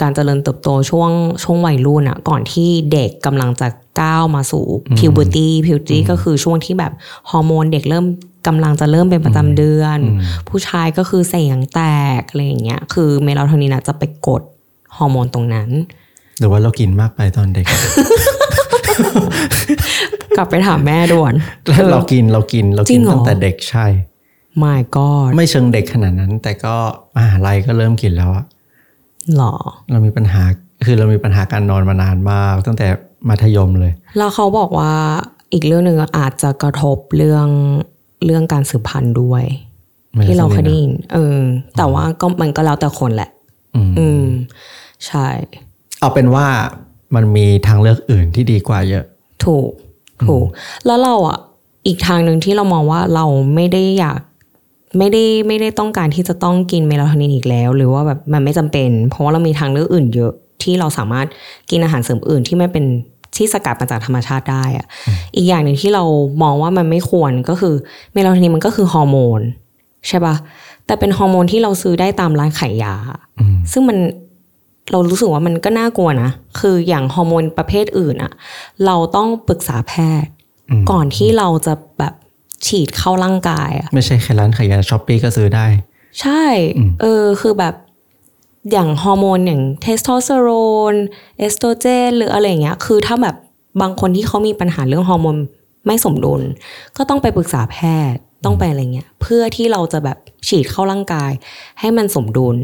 Speaker 2: การเจริญเติบโตช่วงช่วงวัยรุ่นอะก่อนที่เด็กกำลังจะก้าวมาสู่ puberty puberty ก็คือช่วงที่แบบฮอร์โมนเด็กเริ่มกำลังจะเริ่มเป็นประจำเดือน ผู้ชายก็คือเสียงแตกอะไรอย่างเงี้ยคือเมลาโทนินอะจะไปกดฮอร์โมนตรงนั้น
Speaker 1: หรือว่าเรากินมากไปตอน เด็ก
Speaker 2: กลับไปถามแม่ด่วน
Speaker 1: เรากินเรากินเรา
Speaker 2: จริ
Speaker 1: กิน
Speaker 2: งเหรอ
Speaker 1: ตั้งแต่เด็กใช่
Speaker 2: my god
Speaker 1: ไม่เชิงเด็กขนาดนั้น แต่ก็มหาลัยก็เริ่มกินแล้วอะ
Speaker 2: หรอ
Speaker 1: เรามีปัญหาคือเรามีปัญหาการนอนมานานมาก ตั้งแต่มัธยมเลย
Speaker 2: แล้วเขาบอกว่าอีกเรื่องหนึ่งอาจจะกระทบเรื่องเรื่องการสืบพันธุ์ด้วย
Speaker 1: ไม่
Speaker 2: ที่เราเคยได้
Speaker 1: นะ
Speaker 2: ยินเออ แต่ว่าก็มันก็แล้วแต่คนแหละ
Speaker 1: อืม
Speaker 2: อืม ใช่
Speaker 1: เอาเป็นว่ามันมีทางเลือกอื่นที่ดีกว่าเยอะ
Speaker 2: ถูก ถูก แล้วเราอ่ะ อีกทางหนึ่งที่เรามองว่าเราไม่ได้อยาก ไม่ได้ไม่ได้ต้องการที่จะต้องกินเมลาโทนินอีกแล้ว หรือว่าแบบมันไม่จำเป็น เพราะว่าเรามีทางเลือกอื่นเยอะที่เราสามารถกินอาหารเสริมอื่นที่ไม่เป็นที่สกัดมาจากธรรมชาติได้อะอีกอย่างหนึ่งที่เรามองว่ามันไม่ควรก็คือเมลาโทนินมันก็คือฮอร์โมนใช่ปะแต่เป็นฮอร์โมนที่เราซื้อได้ตามร้านขายยา
Speaker 1: อืม
Speaker 2: ซึ่งมันเรารู้สึกว่ามันก็น่ากลัวนะ คืออย่างฮอร์โมนประเภทอื่นอะเราต้องปรึกษาแพทย์
Speaker 1: อืม
Speaker 2: ก่อนที่เราจะแบบฉีดเข้าร่างกายอะ
Speaker 1: ไม่ใช่แค่ร้านขายยาช้อปปี้ก็ซื้อได้
Speaker 2: ใช่ เออ คือแบบอย่างฮอร์โมนอย่างเทสโทสเตอโรน เอสโตรเจน หรืออะไรอย่างเงี้ย คือถ้าแบบบางคนที่เขามีปัญหาเรื่องฮอร์โมนไม่สมดุล ก็ต้องไปปรึกษาแพทย์ต้องไปอะไรเงี้ย เพื่อที่เราจะแบบฉีดเข้าร่างกาย ให้มันสมดุล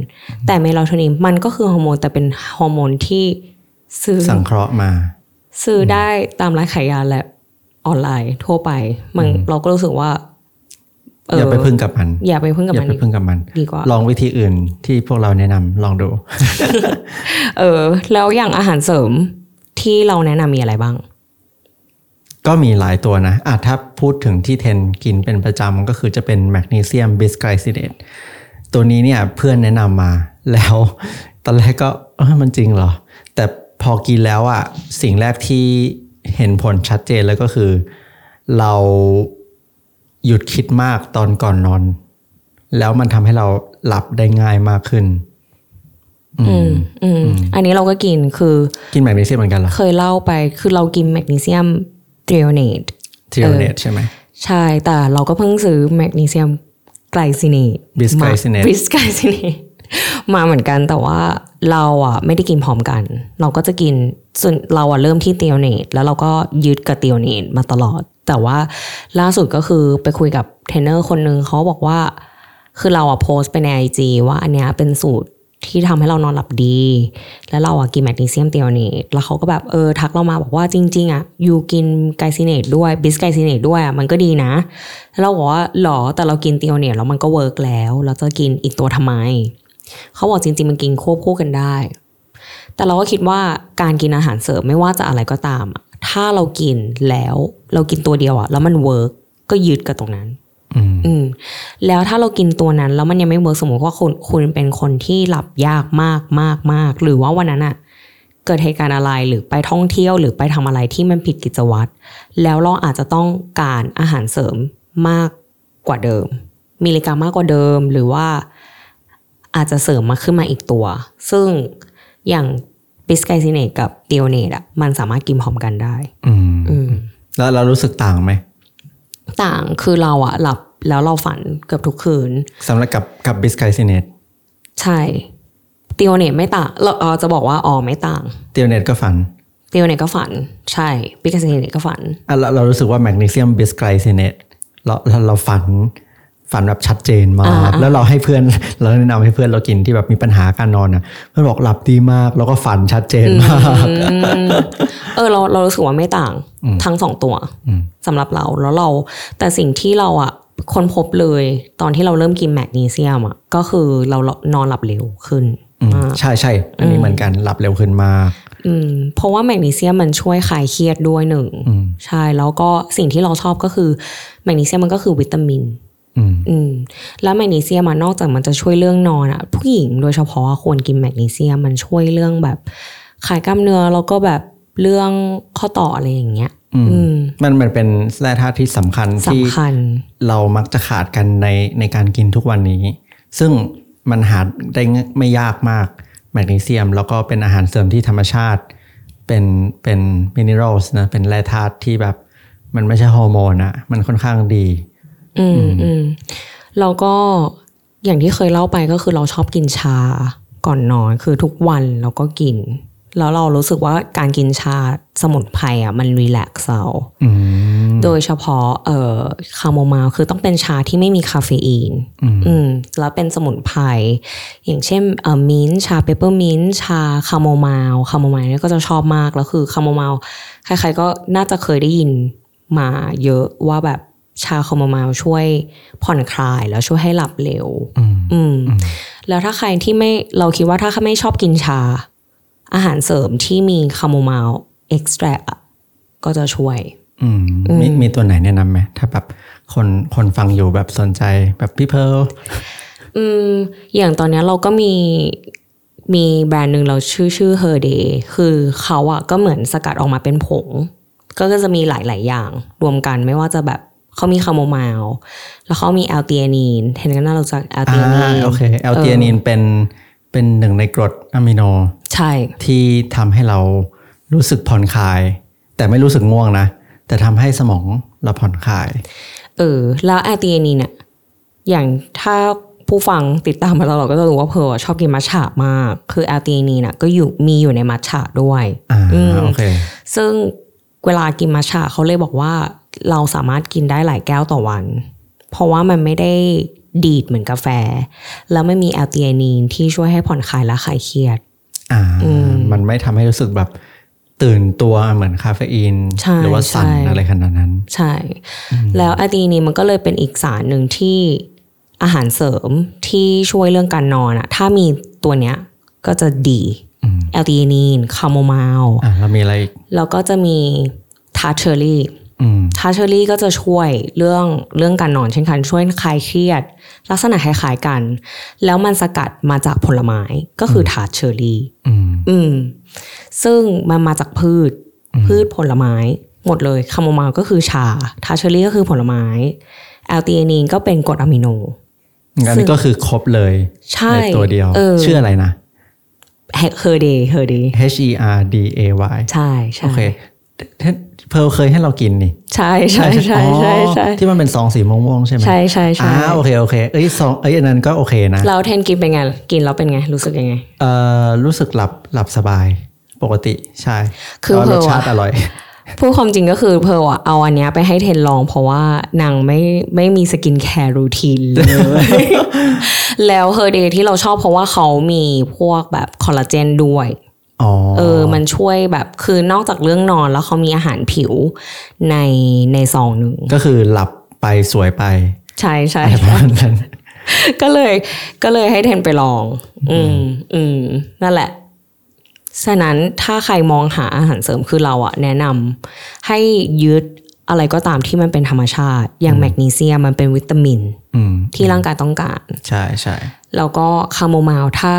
Speaker 2: แต่เมลาโทนินมันก็คือฮอร์โมนแต่เป็นฮอร์โมนที่ซื้อ
Speaker 1: สังเคราะห์มา
Speaker 2: ซื้อได้ตามร้านขายยาและออนไลน์ทั่วไป มันเราก็รู้สึกว่าเ
Speaker 1: อย่าไปพึ่งกับมัน
Speaker 2: อย่าไปพึ่งกับ
Speaker 1: อย่า
Speaker 2: มัน
Speaker 1: ไปพึ่งกับมัน
Speaker 2: ดีกว่า
Speaker 1: ลองวิธีอื่นที่พวกเราแนะนำลองดู
Speaker 2: เออ แล้วอย่างอาหารเสริมที่เราแนะนำมีอะไรบ้าง
Speaker 1: ก็มีหลายตัวนะอ่ะถ้าพูดถึงที่เทนกินเป็นประจำก็คือจะเป็นแมกนีเซียมบิสไกลซิเดตตัวนี้เนี่ยเพื่อนแนะนำมาแล้ว ตอนแรกก็เอยมันจริงเหรอ แต่พอกินแล้วอะสิ่งแรกที่เห็นผลชัดเจนแล้วก็คือ เราหยุดคิดมากตอนก่อนนอน แล้วมันทำให้เราหลับได้ง่ายมากขึ้น
Speaker 2: อืม อืม อันนี้เราก็กินคือ
Speaker 1: กินแมกนีเซียมเหมือนกันเหรอ
Speaker 2: เคยเล่าไปคือเรากินแมกนีเซียมเทรโอเนต
Speaker 1: ทีโอเนตใช่ไหม
Speaker 2: ใช่ แต่เราก็เพิ่งซื้อแมกนีเซียมไกลซิเนต
Speaker 1: Bisglycinate
Speaker 2: บิสไกลซิเนตมาเหมือนกันแต่ว่าเราอ่ะไม่ได้กินพร้อมกัน เราก็จะกินส่วนเราอ่ะเริ่มที่เตียวเนตแล้วเราก็ยึดกับเตียวเนตมาตลอด แต่ว่าล่าสุดก็คือไปคุยกับเทรนเนอร์คนหนึ่งเขาบอกว่า คือเราอ่ะโพสต์ไปในไอจว่าอันเนี้ยเป็นสูตรที่ทำให้เรานอนหลับดี แล้วเราอ่ะกินแมกนีเซียมเตียวเนตแล้วเขาก็แบบเออทักเรามาบอกว่าจริง ๆ อ่ะ อยู่กินไกลซิเนตด้วยบิสไกลซิเนตด้วยอ่ะมันก็ดีนะ แล้วเราบอกว่าหรอแต่เรากินเตียวเนตแล้วมันก็เวิร์กแล้วเราจะกินอีกตัวทำไม เขาบอกจริง ๆ มันกินควบคู่กันได้ แต่เราก็คิดว่าการกินอาหารเสริมไม่ว่าจะอะไรก็ตามอะถ้าเรากินแล้ว เรากินตัวเดียวอ่ะแล้วมันเวิร์กก็ยืดกับตรงนั้น
Speaker 1: อืม
Speaker 2: อืมแล้วถ้าเรากินตัวนั้นแล้วมันยังไม่เวิร์กสมมติว่าคุณคุณเป็นคนที่หลับยากมากมากมากหรือว่าวันนั้นอะ เกิดเหตุการณ์อะไรหรือไปท่องเที่ยวหรือไปทำอะไรที่มันผิดกิจวัตรแล้วเราอาจจะต้องการอาหารเสริมมากกว่าเดิม มิลลิกรัมมากกว่าเดิมหรือว่าอาจจะเสริมมาขึ้นมาอีกตัว ซึ่งอย่างบิสไกซิเนตกับเดียเนตอะมันสามารถกินพร้อมกันได้
Speaker 1: อืม
Speaker 2: อืม
Speaker 1: แล้วเรารู้สึกต่างไหม
Speaker 2: ต่างคือเราอะหลับแล้วเราฝันเกือบทุกคืน
Speaker 1: สำหรับกับกับบิสไกซิเนต
Speaker 2: ใช่เตียวเนตไม่ต่างเราเราจะบอกว่าอ๋อไม่ต่าง
Speaker 1: เตียวเนตก็ฝัน
Speaker 2: เตียวเนตก็ฝัน ใช่ปิกาซิเนตก็ฝัน
Speaker 1: อ่ะเราเรารู้สึกว่าแมกนีเซียมบิสไกซิเนตเราเราเราฝันฝันแบบชัดเจนมาก
Speaker 2: อ่า
Speaker 1: แล้วเราให้เพื่อน เราแนะนำให้เพื่อนเรากินที่แบบมีปัญหาการนอนอ่ะเพื่อนบอกหลับดีมาก แล้วก็ฝันชัดเจนมาก
Speaker 2: เออเราเรารู้สึกว่าไม่ต่างทั้งสองตัวสำหรับเราแล้วเรา แต่สิ่งที่เราอะคนพบเลยตอนที่เราเริ่มกินแมกนีเซียมอะก็คือเรานอนหลับเร็วขึ้น
Speaker 1: อืม
Speaker 2: มาก
Speaker 1: ใช่ใช่อันนี้เหมือนกันหลับเร็วขึ้นมาก
Speaker 2: อืมเพราะว่าแมกนีเซียมมันช่วยคลายเครียดด้วยหนึ่ง
Speaker 1: อืม
Speaker 2: ใช่แล้วก็สิ่งที่เราชอบก็คือแมกนีเซียมมันก็คือวิตามิน
Speaker 1: อืม
Speaker 2: อืมแล้วแมกนีเซียมมันนอกจากมันจะช่วยเรื่องนอนอะผู้หญิงโดยเฉพาะควรกินแมกนีเซียมมันช่วยเรื่องแบบขายกล้ามเนื้อแล้วก็แบบเรื่องข้อต่ออะไรอย่างเงี้ย
Speaker 1: อืม
Speaker 2: อืม
Speaker 1: มันมันเป็นแร่ธาตุที่สำคัญที่
Speaker 2: สำคัญ
Speaker 1: เรามักจะขาดกันในในการกินทุกวันนี้ ซึ่งมันหาได้ง่ายไม่ยากมากแมกนีเซียม แล้วก็เป็นอาหารเสริมที่ธรรมชาติ เป็นเป็นมินเนอรัลส์นะเป็นแร่ธาตุที่แบบ มันไม่ใช่ฮอร์โมนอะมันค่อนข้างดี
Speaker 2: อืมอืมแล้วก็อย่างที่เคยเล่าไปก็คือเราชอบกินชาก่อนนอนคือทุกวันเราก็กิน แล้วเรารู้สึกว่าการกินชาสมุนไพรอ่ะมันรีแลกซ์เรา
Speaker 1: อืม
Speaker 2: โดยเฉพาะเอ่อคาโมไมล์คือต้องเป็นชาที่ไม่มีคาเฟอีน
Speaker 1: อืม
Speaker 2: อืมแล้วเป็นสมุนไพรอย่างเช่นเอ่อมิ้นท์ชาเปปเปอร์มิ้นท์ชาคาโมไมล์คาโมไมล์เนี่ยก็จะชอบมากแล้วคือคาโมไมล์ใครๆก็น่าจะเคยได้ยินมาเยอะว่าแบบชาคาโมไมล์ช่วยผ่อนคลายแล้วช่วยให้หลับเร็ว
Speaker 1: อืม
Speaker 2: อืม
Speaker 1: อืม
Speaker 2: แล้วถ้าใครที่ไม่เราคิดว่าถ้าไม่ชอบกินชา อาหารเสริมที่มีคาโมไมล์เอ็กซ์แทรกก็จะช่วย
Speaker 1: อืมมีมีตัวไหนแนะนำไหมถ้าแบบคนคนฟังอยู่แบบสนใจแบบพี่เพร์ล
Speaker 2: อืมอย่างตอนเนี้ยเราก็มีมีแบรนด์หนึ่งเราชื่อชื่อ Her Day คือเขาอะก็เหมือนสกัดออกมาเป็นผง ก็ก็จะมีหลาย ๆ อย่าง รวมกันไม่ว่าจะแบบเขามีคาโมไมล์แล้วเขามีแอลเตียนีนเห็นกันน่าเราจะแอลเตียนี
Speaker 1: อ่านโอเคแอลเทียนินเป็นเป็นหนึ่งในกรดอะมิโน
Speaker 2: ใช่
Speaker 1: ที่ทำให้เรารู้สึกผ่อนคลาย แต่ไม่รู้สึกง่วงนะ แต่ทำให้สมองเราผ่อนคลาย
Speaker 2: เออแล้วแอลเตียนีนเนี่ยอย่างถ้าผู้ฟังติดตามมาตลอดก็จะรู้ว่าเพอชอบกินมัทฉะมาก คือแอลเตียนีนน่ะก็อยู่มีอยู่ในมัทฉะด้วย
Speaker 1: อ่า
Speaker 2: อืม
Speaker 1: โอเค
Speaker 2: ซึ่งเวลากินมัชชาเขาเลยบอกว่าเราสามารถกินได้หลายแก้วต่อวัน เพราะว่ามันไม่ได้ดีดเหมือนกาแฟ แล้วไม่มีแอลเตียนีนที่ช่วยให้ผ่อนคลายและคลายเครียด
Speaker 1: อ่า มันไม่ทำให้รู้สึกแบบตื่นตัวเหมือนคาเฟอีน
Speaker 2: ใช่
Speaker 1: หรือว่าสั่น
Speaker 2: ใช่
Speaker 1: อะไรขนาดนั้น
Speaker 2: ใช่ แล้วแอลเตียนีนมันก็เลยเป็นอีกสารหนึ่งที่อาหารเสริมที่ช่วยเรื่องการนอนอะถ้ามีตัวเนี้ยก็จะดี
Speaker 1: อืม
Speaker 2: แอลเตียนีนคาโมไมล์
Speaker 1: อ่าเรามีอะไรอีก
Speaker 2: แล้วก็จะมีทาร์เชอรี่
Speaker 1: อืม
Speaker 2: ทาเชอรี่ก็จะช่วยเรื่องเรื่องการนอนเช่นกันช่วยคลายเครียด ลักษณะคล้ายๆกัน แล้วมันสกัดมาจากผลไม้ก็คืออทาเชอรี่
Speaker 1: อืม
Speaker 2: อืมซึ่งมันมาจากพืช พืชผลไม้ หมดเลยคาโมไมล์ก็คือชาทาเชอรี่ก็คือผลไม้แอลตีเอนีนก็เป็นกรดอะมิโน
Speaker 1: อันนี้ก็คือครบเลย
Speaker 2: ใช่
Speaker 1: ในตัวเดียว
Speaker 2: เออ
Speaker 1: ชื่ออะไรนะ
Speaker 2: เฮอร์เดย์เฮอร์เดย์
Speaker 1: H E R D A Y
Speaker 2: ใช่ใช่
Speaker 1: โอเคเพร์ลเคยให้เรากินนี่
Speaker 2: ใช่ใช่ใช่ใช่ใช่
Speaker 1: อ๋อที่มันเป็นซองสีม่วงๆใช่ไหม
Speaker 2: ใช่ใช่
Speaker 1: อ่า
Speaker 2: ใช่
Speaker 1: โอเคโอเคเอ้ยซองเอ้ยอันนั้นก็โอเคนะ
Speaker 2: เราเทนกินเป็นไงกินแล้วเป็นไงรู้สึกยังไง
Speaker 1: เอ่อรู้สึกหลับหลับสบายปกติใช่
Speaker 2: คือ
Speaker 1: แต่ว่ารส
Speaker 2: เผลอ
Speaker 1: ชาติอร่อย
Speaker 2: พูดความจริงก็คือเพร์ลอะเอาอันเนี้ยไปให้เทนลองเพราะว่านางไม่ไม่มีสกินแคร์รูทีนเลย แล้วเฮอร์เดย์ที่เราชอบเพราะว่าเขามีพวกแบบคอลลาเจนด้วย
Speaker 1: อ๋อ
Speaker 2: เออ มันช่วยแบบคือนอกจากเรื่องนอนแล้วเขามีอาหารผิวในในซองหนึ่ง
Speaker 1: ก็คือหลับไปสวยไป
Speaker 2: ใช่ใช่
Speaker 1: อะไรประมาณนั้น
Speaker 2: ก็เลยก็เลยให้เทนไปลอง อืมอืมนั่นแหละ ฉะนั้นถ้าใครมองหาอาหารเสริมคือเราอะแนะนำให้ยึดอะไรก็ตามที่มันเป็นธรรมชาติ อย่างแมกนีเซียมมันเป็นวิตามิน
Speaker 1: อืม
Speaker 2: ที่ร่างกายต้องการ
Speaker 1: ใช่ใช่
Speaker 2: แล้วก็คาโมไมล์ถ้า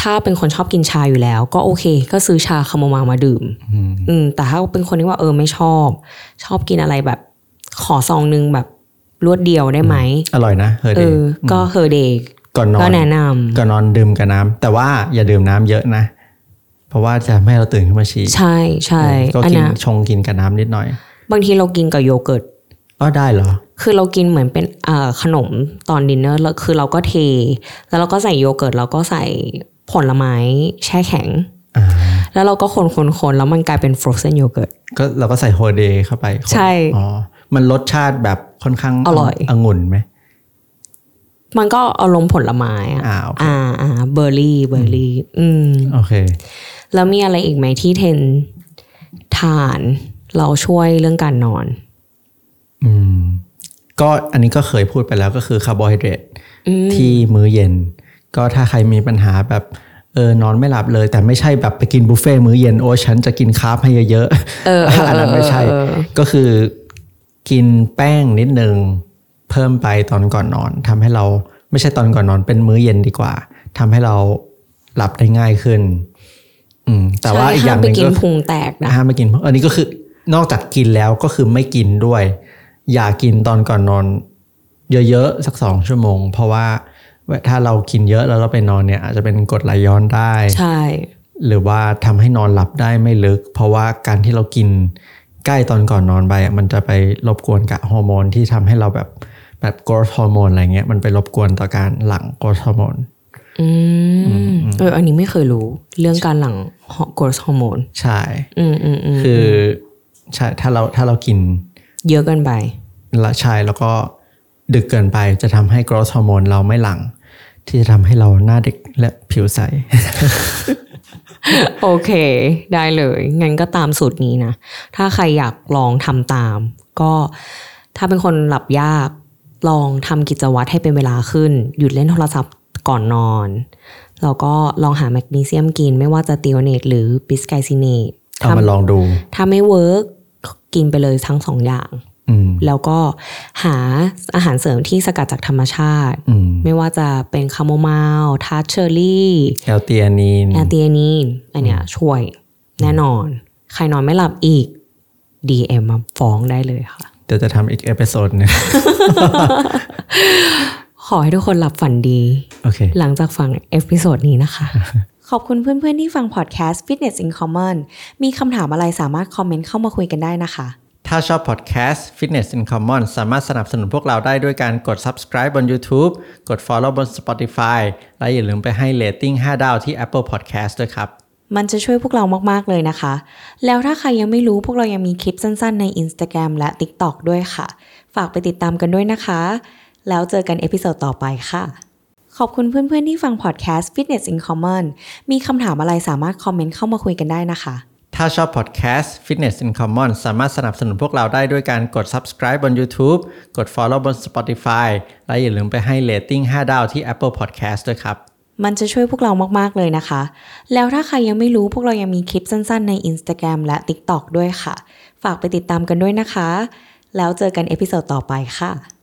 Speaker 2: ถ้าเป็นคนชอบกินชาอยู่แล้ว ก็โอเค ก็ซื้อชาคาโมไมล์มาดื่ม
Speaker 1: อืม
Speaker 2: อืมแต่ถ้าเป็นคนที่ว่าเออไม่ชอบ ชอบกินอะไรแบบ ขอซองนึงแบบรวดเดียวได้ไหม
Speaker 1: อร่อยนะเฮอ
Speaker 2: เอ
Speaker 1: เด
Speaker 2: อ
Speaker 1: ย์
Speaker 2: ก็เฮอเดย์
Speaker 1: ก่อนนอ
Speaker 2: ก็
Speaker 1: น
Speaker 2: แนะน
Speaker 1: ก่อนนอนดื่มกับน้ำแต่ว่าอย่าดื่มน้ำเยอะนะ เพราะว่าจะไม่ให้เราตื่นขึ้นมาฉี่
Speaker 2: ำใช่ใช่
Speaker 1: ก็
Speaker 2: อัน
Speaker 1: กิน
Speaker 2: นะ
Speaker 1: ชงกินกับน้ำนิดหน่อย
Speaker 2: บางทีเรากินกับโยเกิร์ต
Speaker 1: อ๋อได้เหรอ
Speaker 2: คือเรากินเหมือนเป็นเอ่อขนมตอนดินเนอร์แล้วคือเราก็เท แล้วเราก็ใส่โยเกิร์ตแล้วก็ใส่ผลไม้แช่แข็ง
Speaker 1: อ่า
Speaker 2: แล้วเราก็คนคนคนแล้วมันกลายเป็นฟรอเซนโยเกิร์ต
Speaker 1: ก็เราก็ใส่โฮเดย์เข้าไปคน
Speaker 2: ใช่
Speaker 1: อ๋อ มันรสชาติแบบค่อนข้าง
Speaker 2: อร่อย
Speaker 1: องุ่นไหม
Speaker 2: มันก็อารมณ์ผลไม้อ่ะ
Speaker 1: อ่าโอเค
Speaker 2: อ่าอ่าเบอร์รี่เบอร์รี่ อืม
Speaker 1: โอเค
Speaker 2: แล้วมีอะไรอีกไหมที่เทนทานเราช่วยเรื่องการนอน
Speaker 1: อืม ก็อันนี้ก็เคยพูดไปแล้วก็คือคาร์โบไฮเดรต
Speaker 2: อืม
Speaker 1: ที่มื้อเย็น ก็ถ้าใครมีปัญหาแบบเออนอนไม่หลับเลย แต่ไม่ใช่แบบไปกินบุฟเฟ่ต์มื้อเย็นโอ้ฉันจะกินคาร์บให้เยอะๆ
Speaker 2: เออเออ
Speaker 1: อันนั้นไม่ใช่
Speaker 2: เออเออ
Speaker 1: ก็คือกินแป้งนิดนึงเพิ่มไปตอนก่อนนอนทำให้เราไม่ใช่ตอนก่อนนอนเป็นมื้อเย็นดีกว่าทำให้เราหลับได้ง่ายขึ้น อืม แต่ว่า
Speaker 2: ใช่
Speaker 1: อีกอย่างหนึ่ง
Speaker 2: ห้มไปกิ
Speaker 1: ก็
Speaker 2: น
Speaker 1: คือ
Speaker 2: พุงแตกนะ
Speaker 1: ห้ามไม่กินอันนี้ก็คือนอกจากกินแล้วก็คือไม่กินด้วย อย่ากินตอนก่อนนอน เยอะๆสักสองชั่วโมง เพราะว่าถ้าเรากินเยอะแล้วเราไปนอนเนี่ย อาจจะเป็นกรดไหลย้อนได้
Speaker 2: ใช่
Speaker 1: หรือว่าทำให้นอนหลับได้ไม่ลึก เพราะว่าการที่เรากินใกล้ตอนก่อนนอนไปอะมันจะไปรบกวนกับฮอร์โมนที่ทำให้เราแบบแบบกรดฮอร์โมนอะไรเงี้ยมันไปรบกวนต่อการหลั่งกรดฮอร์โมน
Speaker 2: อืมเอออันนี้ไม่เคยรู้เรื่องการหลั่งกรดฮอร์โมน
Speaker 1: ใช่
Speaker 2: อืมอืมอืม
Speaker 1: คือใช่ถ้าเราถ้าเรากิน
Speaker 2: เยอะเกินไป
Speaker 1: ละชายแล้วก็ดึกเกินไปจะทำให้กร o สฮอร์โมนเราไม่หลัง่งที่จะทำให้เราหน้าเด็กและผิ วใส
Speaker 2: โอเค ได้เลย งั้นก็ตามสูตรนี้นะ ถ้าใครอยากลองทำตาม ก็ถ้าเป็นคนหลับยาก ลองทำกิจวัตรให้เป็นเวลาขึ้น หยุดเล่นโทรศัพท์ก่อนนอน แล้วก็ลองหาแมกนีเซียมกิน ไม่ว่าจะติโอเนตหรือบิสไกซิเนต
Speaker 1: เอามาลองดู
Speaker 2: ถ้าไม่เวิร์กกินไปเลยทั้งสองอย่าง
Speaker 1: อืม
Speaker 2: แล้วก็หาอาหารเสริมที่สกัดจากธรรมชาติ
Speaker 1: อืม
Speaker 2: ไม่ว่าจะเป็นคาโมไมล์ทาร์ตเชอร์รี่
Speaker 1: แอลเตียนีน
Speaker 2: แอลเตียนีนอันเนี้ยช่วยแน่นอน ใครนอนไม่หลับอีก DM มาฟ้องได้เลยค่ะ
Speaker 1: เดี๋ยวจะทำอีกเอพิโซด หนึง
Speaker 2: ขอให้ทุกคนหลับฝันดี
Speaker 1: โอเค
Speaker 2: หลังจากฟังเอพิโซดนี้นะคะ ขอบคุณเพื่อนๆที่ฟังพอดแคสต์ Fitness in Common มีคำถามอะไรสามารถคอมเมนต์เข้ามาคุยกันได้นะคะ
Speaker 1: ถ้าชอบพอดแคสต์ Fitness in Common สามารถสนับสนุนพวกเราได้ด้วยการกด subscribe บน YouTube กด follow บน Spotify และอย่าลืมไปให้เ a ตติ้ง5 ดาวที่ Apple Podcast ด้วยครับ
Speaker 2: มันจะช่วยพวกเรามากๆเลยนะคะ แล้วถ้าใครยังไม่รู้พวกเรายังมีคลิปสั้นๆใน Instagram และ TikTok ด้วยค่ะ ฝากไปติดตามกันด้วยนะคะ แล้วเจอกันเอพิโซดต่อไปค่ะ ขอบคุณเพื่อนๆที่ฟังพอดแคสต์ Fitness in Common มีคำถามอะไรสามารถคอมเมนต์เข้ามาคุยกันได้นะคะ
Speaker 1: ถ้าชอบพอดแคสต์ Fitness in Common สามารถสนับสนุนพวกเราได้ด้วยการกด subscribe บน YouTube กด follow บน Spotify และอย่าลืมไปให้เ a ตติ้ง5 ดาวที่ Apple Podcast ด้วยครับ
Speaker 2: มันจะช่วยพวกเรามากๆเลยนะคะ แล้วถ้าใครยังไม่รู้พวกเรายังมีคลิปสั้นๆใน Instagram และ TikTok ด้วยค่ะ ฝากไปติดตามกันด้วยนะคะ แล้วเจอกันเอพิโซดต่อไปค่ะ